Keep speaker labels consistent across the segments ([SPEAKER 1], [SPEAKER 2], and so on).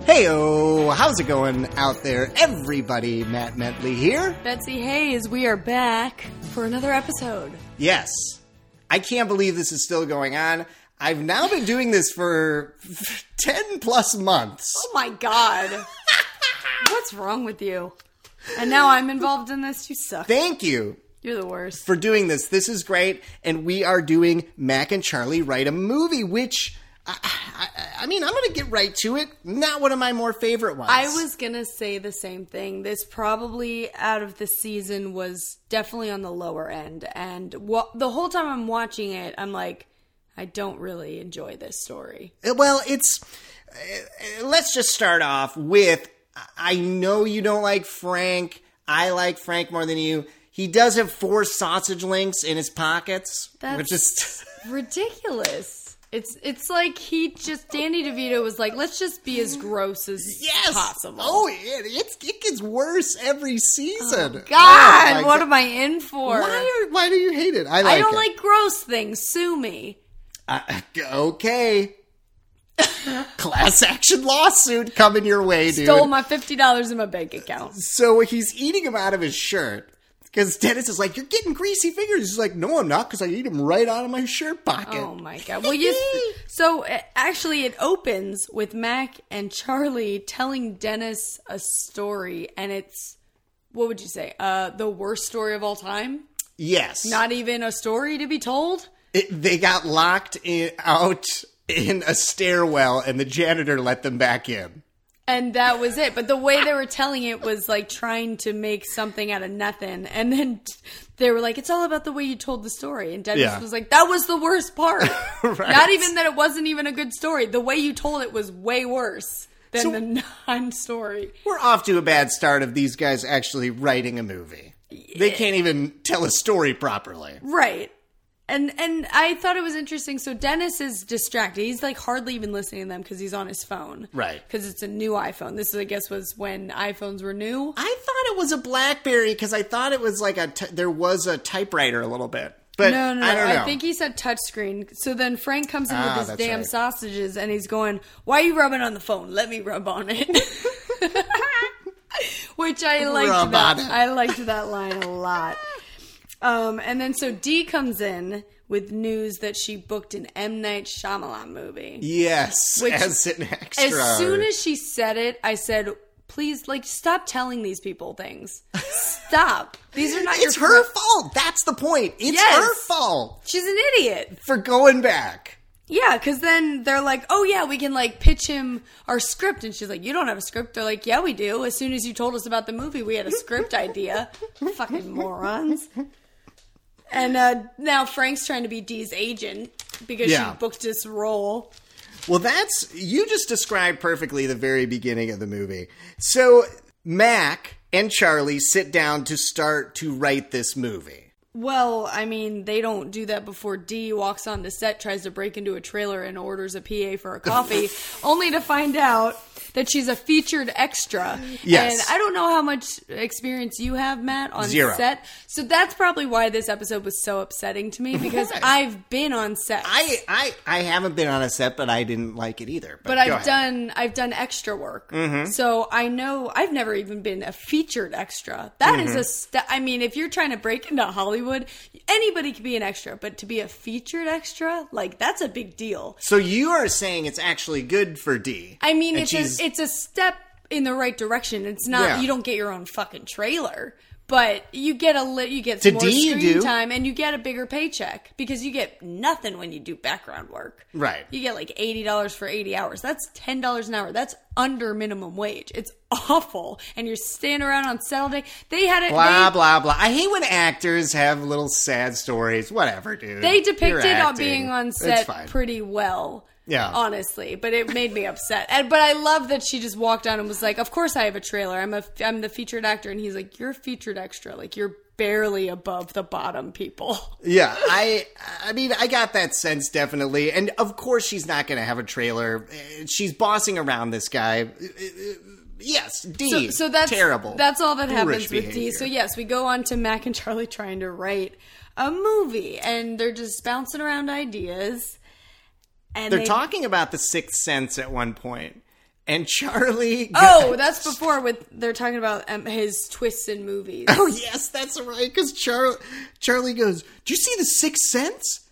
[SPEAKER 1] Heyo, how's it going out there, everybody? Matt Mentley here.
[SPEAKER 2] Betsy Hayes, we are back for another episode.
[SPEAKER 1] Yes, I can't believe this is still going on. I've now been doing this for ten plus months.
[SPEAKER 2] Oh my god. What's wrong with you? And now I'm involved in this. You suck.
[SPEAKER 1] Thank you
[SPEAKER 2] You're the worst.
[SPEAKER 1] for doing this. This is great, and we are doing Mac and Charlie write a movie, which. I, I, I mean, I'm going to get right to it. Not one of my more favorite ones.
[SPEAKER 2] I was going to say the same thing. This probably out of the season was definitely on the lower end. And wha- the whole time I'm watching it, I'm like, I don't really enjoy this story.
[SPEAKER 1] Well, it's. uh, Let's just start off with I know you don't like Frank. I like Frank more than you. He does have four sausage links in his pockets, which
[SPEAKER 2] That's-
[SPEAKER 1] is.
[SPEAKER 2] Ridiculous. It's it's like he just Danny DeVito was like, let's just be as gross as
[SPEAKER 1] Yes.
[SPEAKER 2] possible.
[SPEAKER 1] Oh, it, it's, it gets worse every season. Oh,
[SPEAKER 2] God,
[SPEAKER 1] my
[SPEAKER 2] what
[SPEAKER 1] God.
[SPEAKER 2] am I in for?
[SPEAKER 1] Why, are, why do you hate it? I like
[SPEAKER 2] I don't
[SPEAKER 1] it.
[SPEAKER 2] like gross things. Sue me.
[SPEAKER 1] Uh, okay. Class action lawsuit coming your way, dude.
[SPEAKER 2] Stole my fifty dollars in my bank account.
[SPEAKER 1] So he's eating him out of his shirt because Dennis is like, "You're getting greasy fingers." He's like, "No, I'm not, because I eat him right out of my shirt pocket."
[SPEAKER 2] Oh my god. Well, you. So uh, actually, it opens with Mac and Charlie telling Dennis a story, and it's what would you say? Uh, the worst story of all time.
[SPEAKER 1] Yes,
[SPEAKER 2] Not even a story to be told.
[SPEAKER 1] It- they got locked in, out in a stairwell, and the janitor let them back in.
[SPEAKER 2] And that was it. But the way they were telling it was like trying to make something out of nothing. And then t- they were like, it's all about the way you told the story. And Dennis
[SPEAKER 1] Yeah.
[SPEAKER 2] was like, that was the worst part.
[SPEAKER 1] Right.
[SPEAKER 2] Not even that it wasn't even a good story. The way you told it was way worse than
[SPEAKER 1] So-
[SPEAKER 2] the non story.
[SPEAKER 1] We're off to a bad start of these guys actually writing a movie. They can't even tell a story properly.
[SPEAKER 2] Right. And and I thought it was interesting. So Dennis is distracted. He's like hardly even listening to them because he's on his phone.
[SPEAKER 1] Right.
[SPEAKER 2] Because it's a new iPhone. This, I guess, was when iPhones were new.
[SPEAKER 1] I thought it was a BlackBerry because I thought it was like a t- there was a typewriter a little bit, but
[SPEAKER 2] No, no, no.
[SPEAKER 1] I
[SPEAKER 2] I,
[SPEAKER 1] don't know.
[SPEAKER 2] think he said touchscreen. So then Frank comes in
[SPEAKER 1] Ah,
[SPEAKER 2] with his
[SPEAKER 1] that's
[SPEAKER 2] damn
[SPEAKER 1] right.
[SPEAKER 2] sausages and he's going, Why are you rubbing on the phone? Let me rub on it. Which I liked
[SPEAKER 1] Rub
[SPEAKER 2] that.
[SPEAKER 1] on it.
[SPEAKER 2] I liked that line a lot. Um, and then so Dee comes in with news that she booked an M Night Shyamalan movie.
[SPEAKER 1] yes,
[SPEAKER 2] Which-
[SPEAKER 1] as an extra.
[SPEAKER 2] As soon
[SPEAKER 1] or-
[SPEAKER 2] as she said it, I said, Please, like, stop telling these people things. Stop. These are not
[SPEAKER 1] It's
[SPEAKER 2] your
[SPEAKER 1] her
[SPEAKER 2] fri-
[SPEAKER 1] fault. That's the point. It's
[SPEAKER 2] Yes.
[SPEAKER 1] her fault
[SPEAKER 2] She's an idiot.
[SPEAKER 1] for going back.
[SPEAKER 2] Yeah, because then they're like, oh, yeah, we can like pitch him our script. And she's like, you don't have a script. They're like, yeah, we do. As soon as you told us about the movie, we had a script idea. Fucking morons. And uh, now Frank's trying to be Dee's agent because
[SPEAKER 1] Yeah.
[SPEAKER 2] she booked this role.
[SPEAKER 1] Well, that's you just described perfectly the very beginning of the movie. So Mac and Charlie sit down to start to write this movie.
[SPEAKER 2] Well, I mean, they don't do that before Dee walks on the set, tries to break into a trailer, and orders a PA for a coffee, only to find out that she's a featured extra.
[SPEAKER 1] Yes.
[SPEAKER 2] And I don't know how much experience you have, Matt, on
[SPEAKER 1] Zero.
[SPEAKER 2] set. So that's probably why this episode was so upsetting to me because
[SPEAKER 1] Right.
[SPEAKER 2] I've been on set.
[SPEAKER 1] I I I haven't been on a set, but I didn't like it either.
[SPEAKER 2] but
[SPEAKER 1] go
[SPEAKER 2] I've
[SPEAKER 1] ahead. Mm-hmm.
[SPEAKER 2] done I've done extra work, so I know I've never even been a featured extra. That
[SPEAKER 1] Mm-hmm.
[SPEAKER 2] is a st- I mean, if you're trying to break into Hollywood, anybody could be an extra, but to be a featured extra, like that's a big deal.
[SPEAKER 1] So you are saying it's actually good for D.
[SPEAKER 2] I mean,
[SPEAKER 1] And
[SPEAKER 2] it's
[SPEAKER 1] she's-
[SPEAKER 2] a, it's a step in the right direction. It's not
[SPEAKER 1] Yeah.
[SPEAKER 2] you don't get your own fucking trailer, but you get a lit you get
[SPEAKER 1] To
[SPEAKER 2] some more
[SPEAKER 1] D, you
[SPEAKER 2] screen
[SPEAKER 1] do.
[SPEAKER 2] time and you get a bigger paycheck because you get nothing when you do background work.
[SPEAKER 1] Right.
[SPEAKER 2] You get like eighty dollars for eighty hours. That's ten dollars an hour. That's under minimum wage. It's awful. And you're standing around on set all day. They had it.
[SPEAKER 1] blah
[SPEAKER 2] they,
[SPEAKER 1] blah blah. I hate when actors have little sad stories. Whatever, dude.
[SPEAKER 2] they
[SPEAKER 1] You're
[SPEAKER 2] depicted on
[SPEAKER 1] acting.
[SPEAKER 2] being on
[SPEAKER 1] It's
[SPEAKER 2] set
[SPEAKER 1] fine.
[SPEAKER 2] pretty well.
[SPEAKER 1] Yeah.
[SPEAKER 2] honestly, but it made me upset. And but I love that she just walked on and was like, "Of course I have a trailer. I'm a I'm the featured actor." And he's like, "You're a featured extra. Like you're barely above the bottom people."
[SPEAKER 1] Yeah, I I mean I got that sense definitely. And of course she's not going to have a trailer. Uh, She's bossing around this guy. Uh, uh, Yes, D.
[SPEAKER 2] So, so that's
[SPEAKER 1] terrible.
[SPEAKER 2] That's all that happens
[SPEAKER 1] Foolish
[SPEAKER 2] with D. So
[SPEAKER 1] behavior.
[SPEAKER 2] yes, we go on to Mac and Charlie trying to write a movie, and they're just bouncing around ideas. And
[SPEAKER 1] They're
[SPEAKER 2] they-
[SPEAKER 1] talking about the sixth sense at one point. and Charlie.
[SPEAKER 2] Oh, that's before with they're talking about um, his twists in movies.
[SPEAKER 1] Oh yes, that's right. Because Charlie, Charlie goes, "Do you see the Sixth Sense?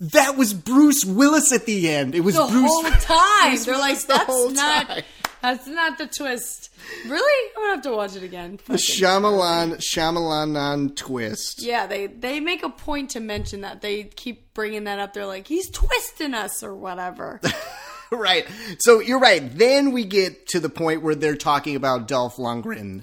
[SPEAKER 1] That was Bruce Willis at the end. It was
[SPEAKER 2] the
[SPEAKER 1] Bruce
[SPEAKER 2] whole time
[SPEAKER 1] Bruce
[SPEAKER 2] they're like,
[SPEAKER 1] Willis the
[SPEAKER 2] that's
[SPEAKER 1] whole
[SPEAKER 2] not
[SPEAKER 1] time."
[SPEAKER 2] that's not the twist. Really, I'm gonna have to watch it again.
[SPEAKER 1] the Shyamalan Shyamalan twist.
[SPEAKER 2] Yeah, they they make a point to mention that they keep bringing that up. They're like, he's twisting us or whatever.
[SPEAKER 1] Right. So you're right. Then we get to the point where they're talking about Dolph Lundgren.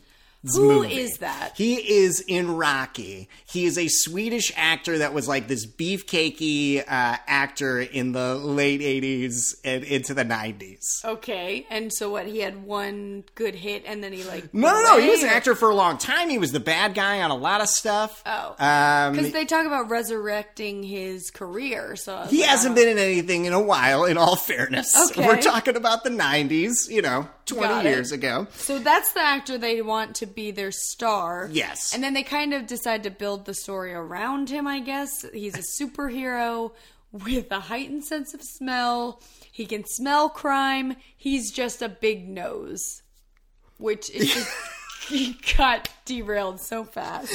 [SPEAKER 2] Who is that?
[SPEAKER 1] He is in Rocky. He is a Swedish actor that was like this beefcakey uh, actor in the late 80s and into the 90s.
[SPEAKER 2] Okay, and so what? He had one good hit, and then he like
[SPEAKER 1] No, no, no. He was an actor for a long time. He was the bad guy on a lot of stuff.
[SPEAKER 2] Oh.
[SPEAKER 1] Um,
[SPEAKER 2] because they talk about resurrecting his career. So I was
[SPEAKER 1] he
[SPEAKER 2] like,
[SPEAKER 1] hasn't been in anything in a while, in all fairness.
[SPEAKER 2] Okay.
[SPEAKER 1] We're talking about the 90s, you know, 20
[SPEAKER 2] Got it.
[SPEAKER 1] years ago.
[SPEAKER 2] So that's the actor they want to be their star.
[SPEAKER 1] Yes.
[SPEAKER 2] And then they kind of decide to build the story around him, I guess. He's a superhero with a heightened sense of smell. He can smell crime. He's just a big nose, which is just, he got derailed so fast.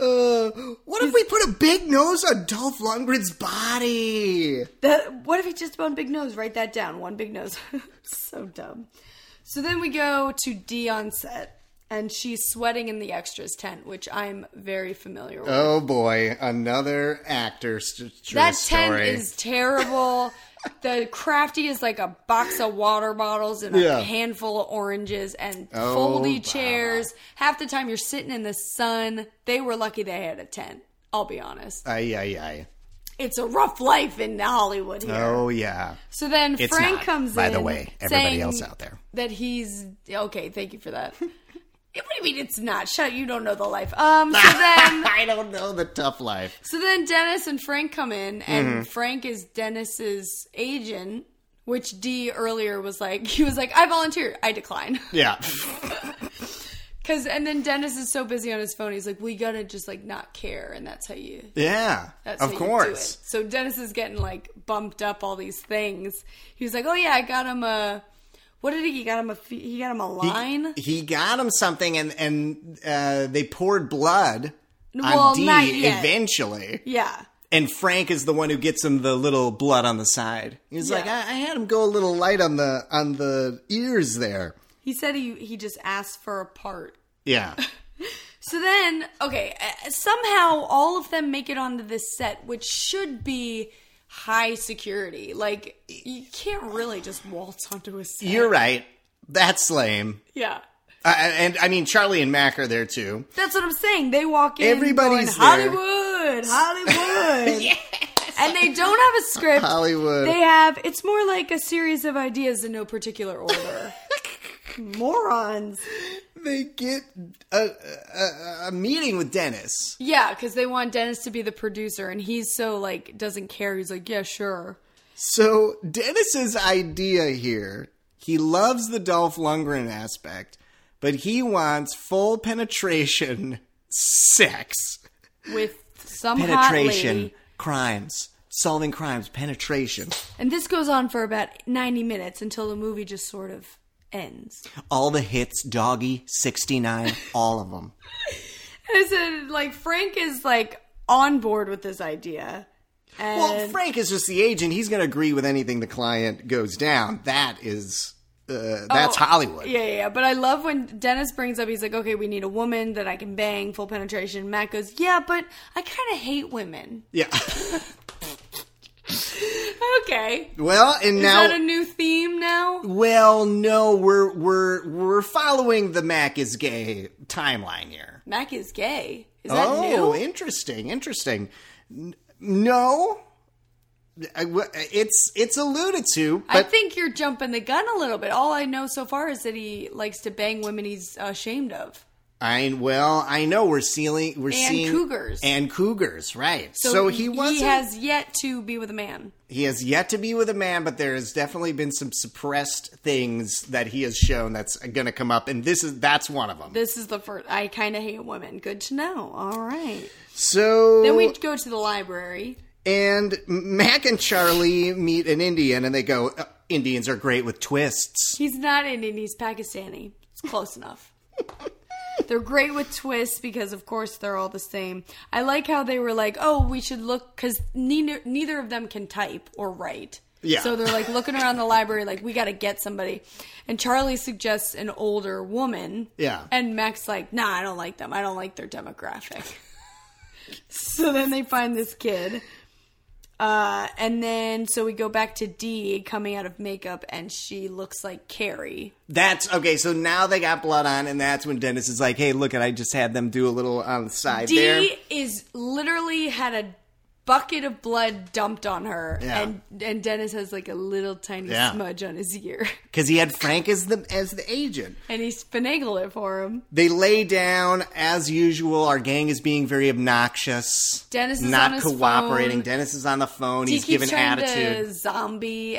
[SPEAKER 1] Uh, what if we put a big nose on Dolph Lundgren's body?
[SPEAKER 2] That, what if he just one big nose? Write that down. One big nose. so dumb. So then we go to Dee on set, and she's sweating in the extras tent, which I'm very familiar with.
[SPEAKER 1] Oh boy, another actor st- true
[SPEAKER 2] that tent
[SPEAKER 1] story.
[SPEAKER 2] is terrible. the crafty is like a box of water bottles and a
[SPEAKER 1] Yeah.
[SPEAKER 2] handful of oranges and
[SPEAKER 1] Oh,
[SPEAKER 2] foldy
[SPEAKER 1] Baba.
[SPEAKER 2] chairs. Half the time you're sitting in the sun. They were lucky they had a tent. I'll be honest.
[SPEAKER 1] Ay, ay, ay.
[SPEAKER 2] It's a rough life in Hollywood here.
[SPEAKER 1] Oh yeah.
[SPEAKER 2] So then
[SPEAKER 1] It's
[SPEAKER 2] Frank
[SPEAKER 1] not,
[SPEAKER 2] comes
[SPEAKER 1] by
[SPEAKER 2] in.
[SPEAKER 1] the way, everybody
[SPEAKER 2] saying
[SPEAKER 1] else out there.
[SPEAKER 2] That he's okay, thank you for that. what do you mean it's not? Shut you don't know the life. Um so then
[SPEAKER 1] I don't know the tough life.
[SPEAKER 2] so then Dennis and Frank come in and
[SPEAKER 1] Mm-hmm.
[SPEAKER 2] Frank is Dennis's agent, which D earlier was like he was like, I volunteered, I decline.
[SPEAKER 1] Yeah.
[SPEAKER 2] Cause and then Dennis is so busy on his phone, he's like, We gotta just like not care and that's how you
[SPEAKER 1] Yeah.
[SPEAKER 2] That's
[SPEAKER 1] of
[SPEAKER 2] how you do
[SPEAKER 1] course.
[SPEAKER 2] it. So Dennis is getting like bumped up all these things. He was like, "Oh yeah, I got him a what did he, he got him a fe- he got him a line."
[SPEAKER 1] He got him something and and uh, they poured blood
[SPEAKER 2] Well,
[SPEAKER 1] on D
[SPEAKER 2] not yet.
[SPEAKER 1] eventually.
[SPEAKER 2] yeah.
[SPEAKER 1] And Frank is the one who gets him the little blood on the side. He's
[SPEAKER 2] Yeah.
[SPEAKER 1] like, I, I had him go a little light on the on the ears there.
[SPEAKER 2] He said he he just asked for a part.
[SPEAKER 1] Yeah.
[SPEAKER 2] So then, okay, uh, somehow all of them make it onto this set which should be high security. Like you can't really just waltz onto a set.
[SPEAKER 1] You're right. That's lame.
[SPEAKER 2] yeah.
[SPEAKER 1] Uh, and I mean, Charlie and Mac are there too.
[SPEAKER 2] That's what I'm saying. They walk in
[SPEAKER 1] Everybody's
[SPEAKER 2] going,
[SPEAKER 1] there.
[SPEAKER 2] Hollywood, Hollywood. And they don't have a script.
[SPEAKER 1] Hollywood.
[SPEAKER 2] They have. It's more like a series of ideas in no particular order. Morons.
[SPEAKER 1] They get a, a, a meeting with Dennis.
[SPEAKER 2] Yeah, because they want Dennis to be the producer, and he's so like doesn't care. He's like, yeah, sure.
[SPEAKER 1] So Dennis's idea here, he loves the Dolph Lundgren aspect, but he wants full penetration, sex,
[SPEAKER 2] With some hot
[SPEAKER 1] penetration,
[SPEAKER 2] lady.
[SPEAKER 1] crimes, solving crimes, penetration.
[SPEAKER 2] And this goes on for about ninety minutes until the movie just sort of ends.
[SPEAKER 1] All the hits, doggy, 69, all of them.
[SPEAKER 2] And so, like Frank is like on board with this idea. And
[SPEAKER 1] Well, Frank is just the agent. He's going to agree with anything the client goes down. That is, uh, that's Hollywood.
[SPEAKER 2] Oh, Yeah, yeah, yeah. But I love when Dennis brings up, he's like, okay, we need a woman that I can bang, full penetration. Matt goes, yeah, but I kind of hate women.
[SPEAKER 1] Yeah.
[SPEAKER 2] Okay.
[SPEAKER 1] well, and
[SPEAKER 2] Is
[SPEAKER 1] now,
[SPEAKER 2] that a new theme now?
[SPEAKER 1] well, no, we're we're we're following the Mac is gay timeline here.
[SPEAKER 2] Mac is gay. Is that
[SPEAKER 1] Oh,
[SPEAKER 2] new?
[SPEAKER 1] interesting, interesting. N- No, I w- it's it's alluded to,
[SPEAKER 2] I
[SPEAKER 1] but
[SPEAKER 2] think you're jumping the gun a little bit. All I know so far is that he likes to bang women he's uh, ashamed of.
[SPEAKER 1] I well, I know we're sealing, we're
[SPEAKER 2] And
[SPEAKER 1] seeing
[SPEAKER 2] cougars.
[SPEAKER 1] and cougars, right? So, he was
[SPEAKER 2] He has yet to be with a man.
[SPEAKER 1] He has yet to be with a man, but there has definitely been some suppressed things that he has shown that's going to come up, and this is that's one of them.
[SPEAKER 2] This is the first. I kind of hate women. Good to know. All right.
[SPEAKER 1] So
[SPEAKER 2] Then we go to the library.
[SPEAKER 1] and Mac and Charlie meet an Indian, and they go, "Uh, Indians are great with twists.
[SPEAKER 2] He's not Indian, he's Pakistani. It's close enough. They're great with twists because, of course, they're all the same. I like how they were like, oh, we should look, because neither, neither of them can type or write.
[SPEAKER 1] Yeah.
[SPEAKER 2] So they're like looking around the library, like, we got to get somebody. And Charlie suggests an older woman.
[SPEAKER 1] Yeah.
[SPEAKER 2] And Mac's like, nah, I don't like them. I don't like their demographic. so then they find this kid. Uh, and then, so we go back to Dee coming out of makeup, and she looks like Carrie.
[SPEAKER 1] That's okay. So now they got blood on, and that's when Dennis is like, "Hey, look at I just had them do a little on the side there."
[SPEAKER 2] Dee is literally had a bucket of blood dumped on her,
[SPEAKER 1] Yeah.
[SPEAKER 2] and and Dennis has like a little tiny
[SPEAKER 1] Yeah.
[SPEAKER 2] smudge on his ear,
[SPEAKER 1] because he had Frank as the as the agent.
[SPEAKER 2] and he finagled it for him.
[SPEAKER 1] They lay down as usual. Our gang is being very obnoxious.
[SPEAKER 2] Dennis is
[SPEAKER 1] not
[SPEAKER 2] on his
[SPEAKER 1] cooperating.
[SPEAKER 2] phone.
[SPEAKER 1] Dennis is on the phone.
[SPEAKER 2] He
[SPEAKER 1] He's giving attitude.
[SPEAKER 2] to zombie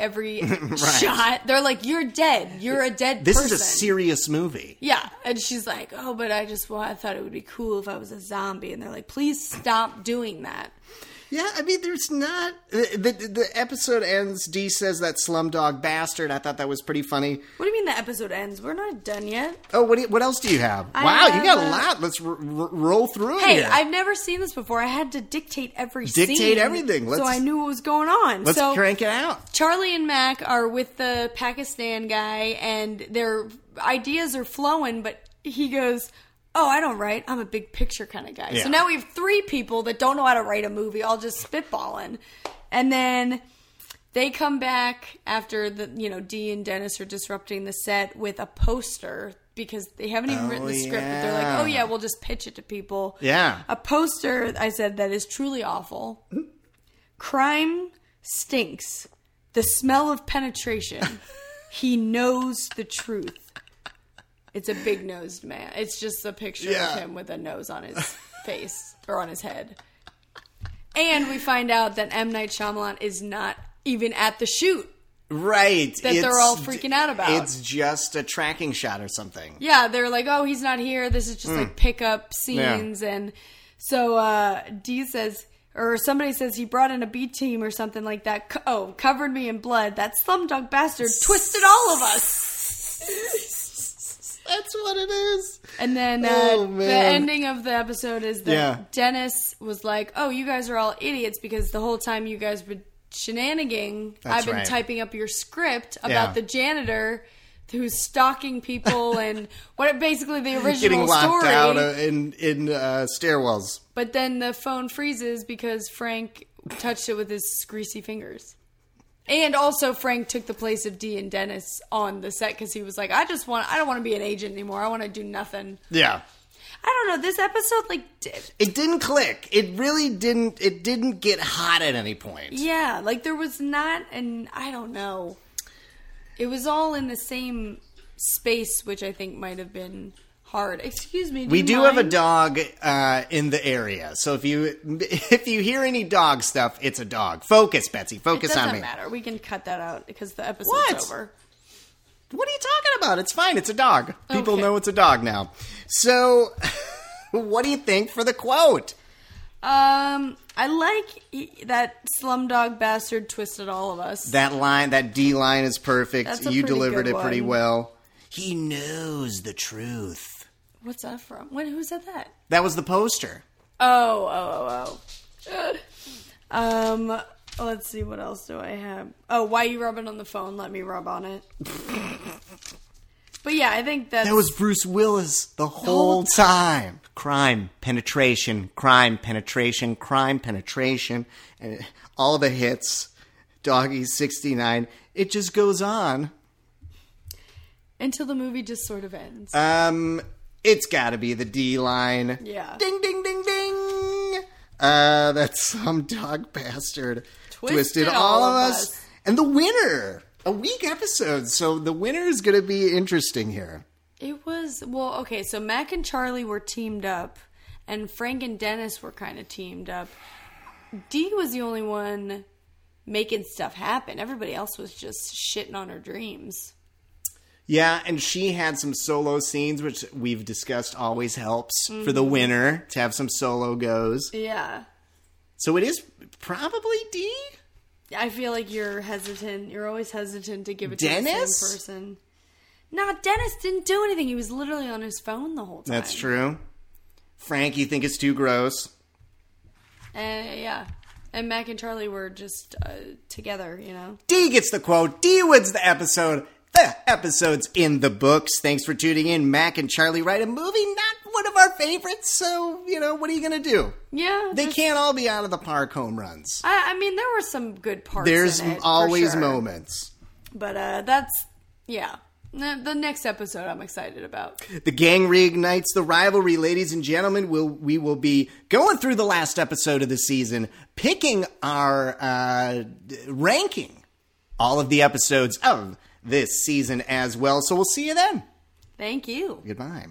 [SPEAKER 2] every shot. They're like, "You're dead. You're a dead
[SPEAKER 1] This
[SPEAKER 2] person."
[SPEAKER 1] is a serious movie.
[SPEAKER 2] Yeah, and she's like, "Oh, but I just well, I thought it would be cool if I was a zombie." And they're like, "Please stop doing that."
[SPEAKER 1] Yeah, I mean, there's not the the, the episode ends. D says that slumdog bastard. I thought that was pretty funny.
[SPEAKER 2] What do you mean the episode ends? We're not done yet.
[SPEAKER 1] Oh, what do you, what else do you have?
[SPEAKER 2] I
[SPEAKER 1] wow, you got a
[SPEAKER 2] have a-
[SPEAKER 1] lot. Let's r- r- roll through
[SPEAKER 2] Hey,
[SPEAKER 1] here.
[SPEAKER 2] I've never seen this before. I had to dictate every
[SPEAKER 1] Dictate
[SPEAKER 2] scene,
[SPEAKER 1] everything. Let's-
[SPEAKER 2] so I knew what was going on.
[SPEAKER 1] Let's
[SPEAKER 2] so
[SPEAKER 1] crank it out.
[SPEAKER 2] Charlie and Mac are with the Pakistan guy, and their ideas are flowing, but he goes. Oh, I don't write. I'm a big picture kind of guy.
[SPEAKER 1] Yeah.
[SPEAKER 2] So now we have three people that don't know how to write a movie, all just spitballing. And then they come back after the you know Dee and Dennis are disrupting the set with a poster because they haven't even
[SPEAKER 1] Oh,
[SPEAKER 2] written the script. But they're like,
[SPEAKER 1] yeah.
[SPEAKER 2] oh yeah, we'll just pitch it to people.
[SPEAKER 1] Yeah.
[SPEAKER 2] a poster I said that is truly awful. Crime stinks. The smell of penetration. he knows the truth. It's a big nosed man. It's just a picture
[SPEAKER 1] Yeah.
[SPEAKER 2] of him with a nose on his face or on his head. And we find out that M. Night Shyamalan is not even at the shoot.
[SPEAKER 1] Right. That
[SPEAKER 2] they're all freaking out about.
[SPEAKER 1] It's just a tracking shot or something.
[SPEAKER 2] Yeah, they're like, oh, he's not here. This is just like pickup scenes. And so uh, D says, or somebody says he brought in a B team or something like that. Co- oh, covered me in blood. That slumdog bastard twisted all of us.
[SPEAKER 1] That's what it is.
[SPEAKER 2] And then uh,
[SPEAKER 1] Oh,
[SPEAKER 2] the
[SPEAKER 1] man.
[SPEAKER 2] ending of the episode is that
[SPEAKER 1] Yeah.
[SPEAKER 2] Dennis was like, oh, you guys are all idiots because the whole time you guys were shenaniganing,
[SPEAKER 1] That's
[SPEAKER 2] I've been
[SPEAKER 1] right.
[SPEAKER 2] typing up your script about
[SPEAKER 1] Yeah.
[SPEAKER 2] the janitor. Who's stalking people and what? Basically, the original
[SPEAKER 1] Getting locked
[SPEAKER 2] story.
[SPEAKER 1] out uh, in in uh, stairwells.
[SPEAKER 2] But then the phone freezes because Frank touched it with his greasy fingers. And also, Frank took the place of Dee and Dennis on the set because he was like, "I just want, I don't want to be an agent anymore. I want to do nothing."
[SPEAKER 1] Yeah.
[SPEAKER 2] I don't know. This episode, like, d-
[SPEAKER 1] It didn't click. It really didn't. It didn't get hot at any point.
[SPEAKER 2] yeah, like there was not, and I don't know. It was all in the same space, which I think might have been hard. Excuse me.
[SPEAKER 1] We
[SPEAKER 2] you
[SPEAKER 1] do have a
[SPEAKER 2] mind?
[SPEAKER 1] dog uh, in the area, so if you if you hear any dog stuff, it's a dog. Focus, Betsy.
[SPEAKER 2] It
[SPEAKER 1] Focus
[SPEAKER 2] doesn't
[SPEAKER 1] on me.
[SPEAKER 2] matter. We can cut that out because the episode's
[SPEAKER 1] What?
[SPEAKER 2] over.
[SPEAKER 1] What are you talking about? It's fine. It's a dog. People
[SPEAKER 2] Okay.
[SPEAKER 1] know it's a dog now. So, what do you think for the quote?
[SPEAKER 2] Um, I like he- that slumdog bastard twisted all of us.
[SPEAKER 1] That line, that D line is perfect.
[SPEAKER 2] That's a
[SPEAKER 1] you
[SPEAKER 2] pretty
[SPEAKER 1] delivered it
[SPEAKER 2] good
[SPEAKER 1] pretty
[SPEAKER 2] one.
[SPEAKER 1] well. He knows the truth.
[SPEAKER 2] What's that from? When? Who said that?
[SPEAKER 1] That was the poster.
[SPEAKER 2] Oh, oh, oh, oh. um, let's see. What else do I have? Oh, why you rubbing on the phone? Let me rub on it. but yeah, I think that's
[SPEAKER 1] That was Bruce Willis the whole time. Crime, penetration, crime, penetration, crime, penetration, and all the hits. Doggy 69. It just goes on.
[SPEAKER 2] until the movie just sort of ends.
[SPEAKER 1] Um, it's got to be the D line.
[SPEAKER 2] Yeah.
[SPEAKER 1] Ding, ding, ding, ding. Uh, that's some dog bastard
[SPEAKER 2] Twisted all of us.
[SPEAKER 1] And the winner, a weak episode. So the winner is going to be interesting here.
[SPEAKER 2] It was well, okay. So Mac and Charlie were teamed up, and Frank and Dennis were kind of teamed up. Dee was the only one making stuff happen. Everybody else was just shitting on her dreams.
[SPEAKER 1] Yeah, and she had some solo scenes, which we've discussed always helps for
[SPEAKER 2] Mm-hmm.
[SPEAKER 1] the winner to have some solo goes.
[SPEAKER 2] Yeah,
[SPEAKER 1] So it is probably D.
[SPEAKER 2] I feel like you're hesitant. You're always hesitant to give it to the
[SPEAKER 1] Dennis?
[SPEAKER 2] same person. No, Dennis didn't do anything. He was literally on his phone the whole time.
[SPEAKER 1] That's true. Frank, you think it's too gross.
[SPEAKER 2] Uh, yeah. And Mac and Charlie were just uh, together, you know?
[SPEAKER 1] D gets the quote. D wins the episode. The episode's in the books. Thanks for tuning in. Mac and Charlie write a movie, not one of our favorites. So, you know, what are you going to do?
[SPEAKER 2] Yeah.
[SPEAKER 1] They
[SPEAKER 2] just-
[SPEAKER 1] can't all be out of the park home runs.
[SPEAKER 2] I, I mean, there were some good parts.
[SPEAKER 1] There's
[SPEAKER 2] in it, for
[SPEAKER 1] always
[SPEAKER 2] sure.
[SPEAKER 1] moments.
[SPEAKER 2] But uh, that's, yeah. The the next episode I'm excited about.
[SPEAKER 1] The gang reignites the rivalry, ladies and gentlemen. We'll, we will be going through the last episode of the season, picking our uh, d- ranking all of the episodes of this season as well. So we'll see you then.
[SPEAKER 2] Thank you.
[SPEAKER 1] Goodbye.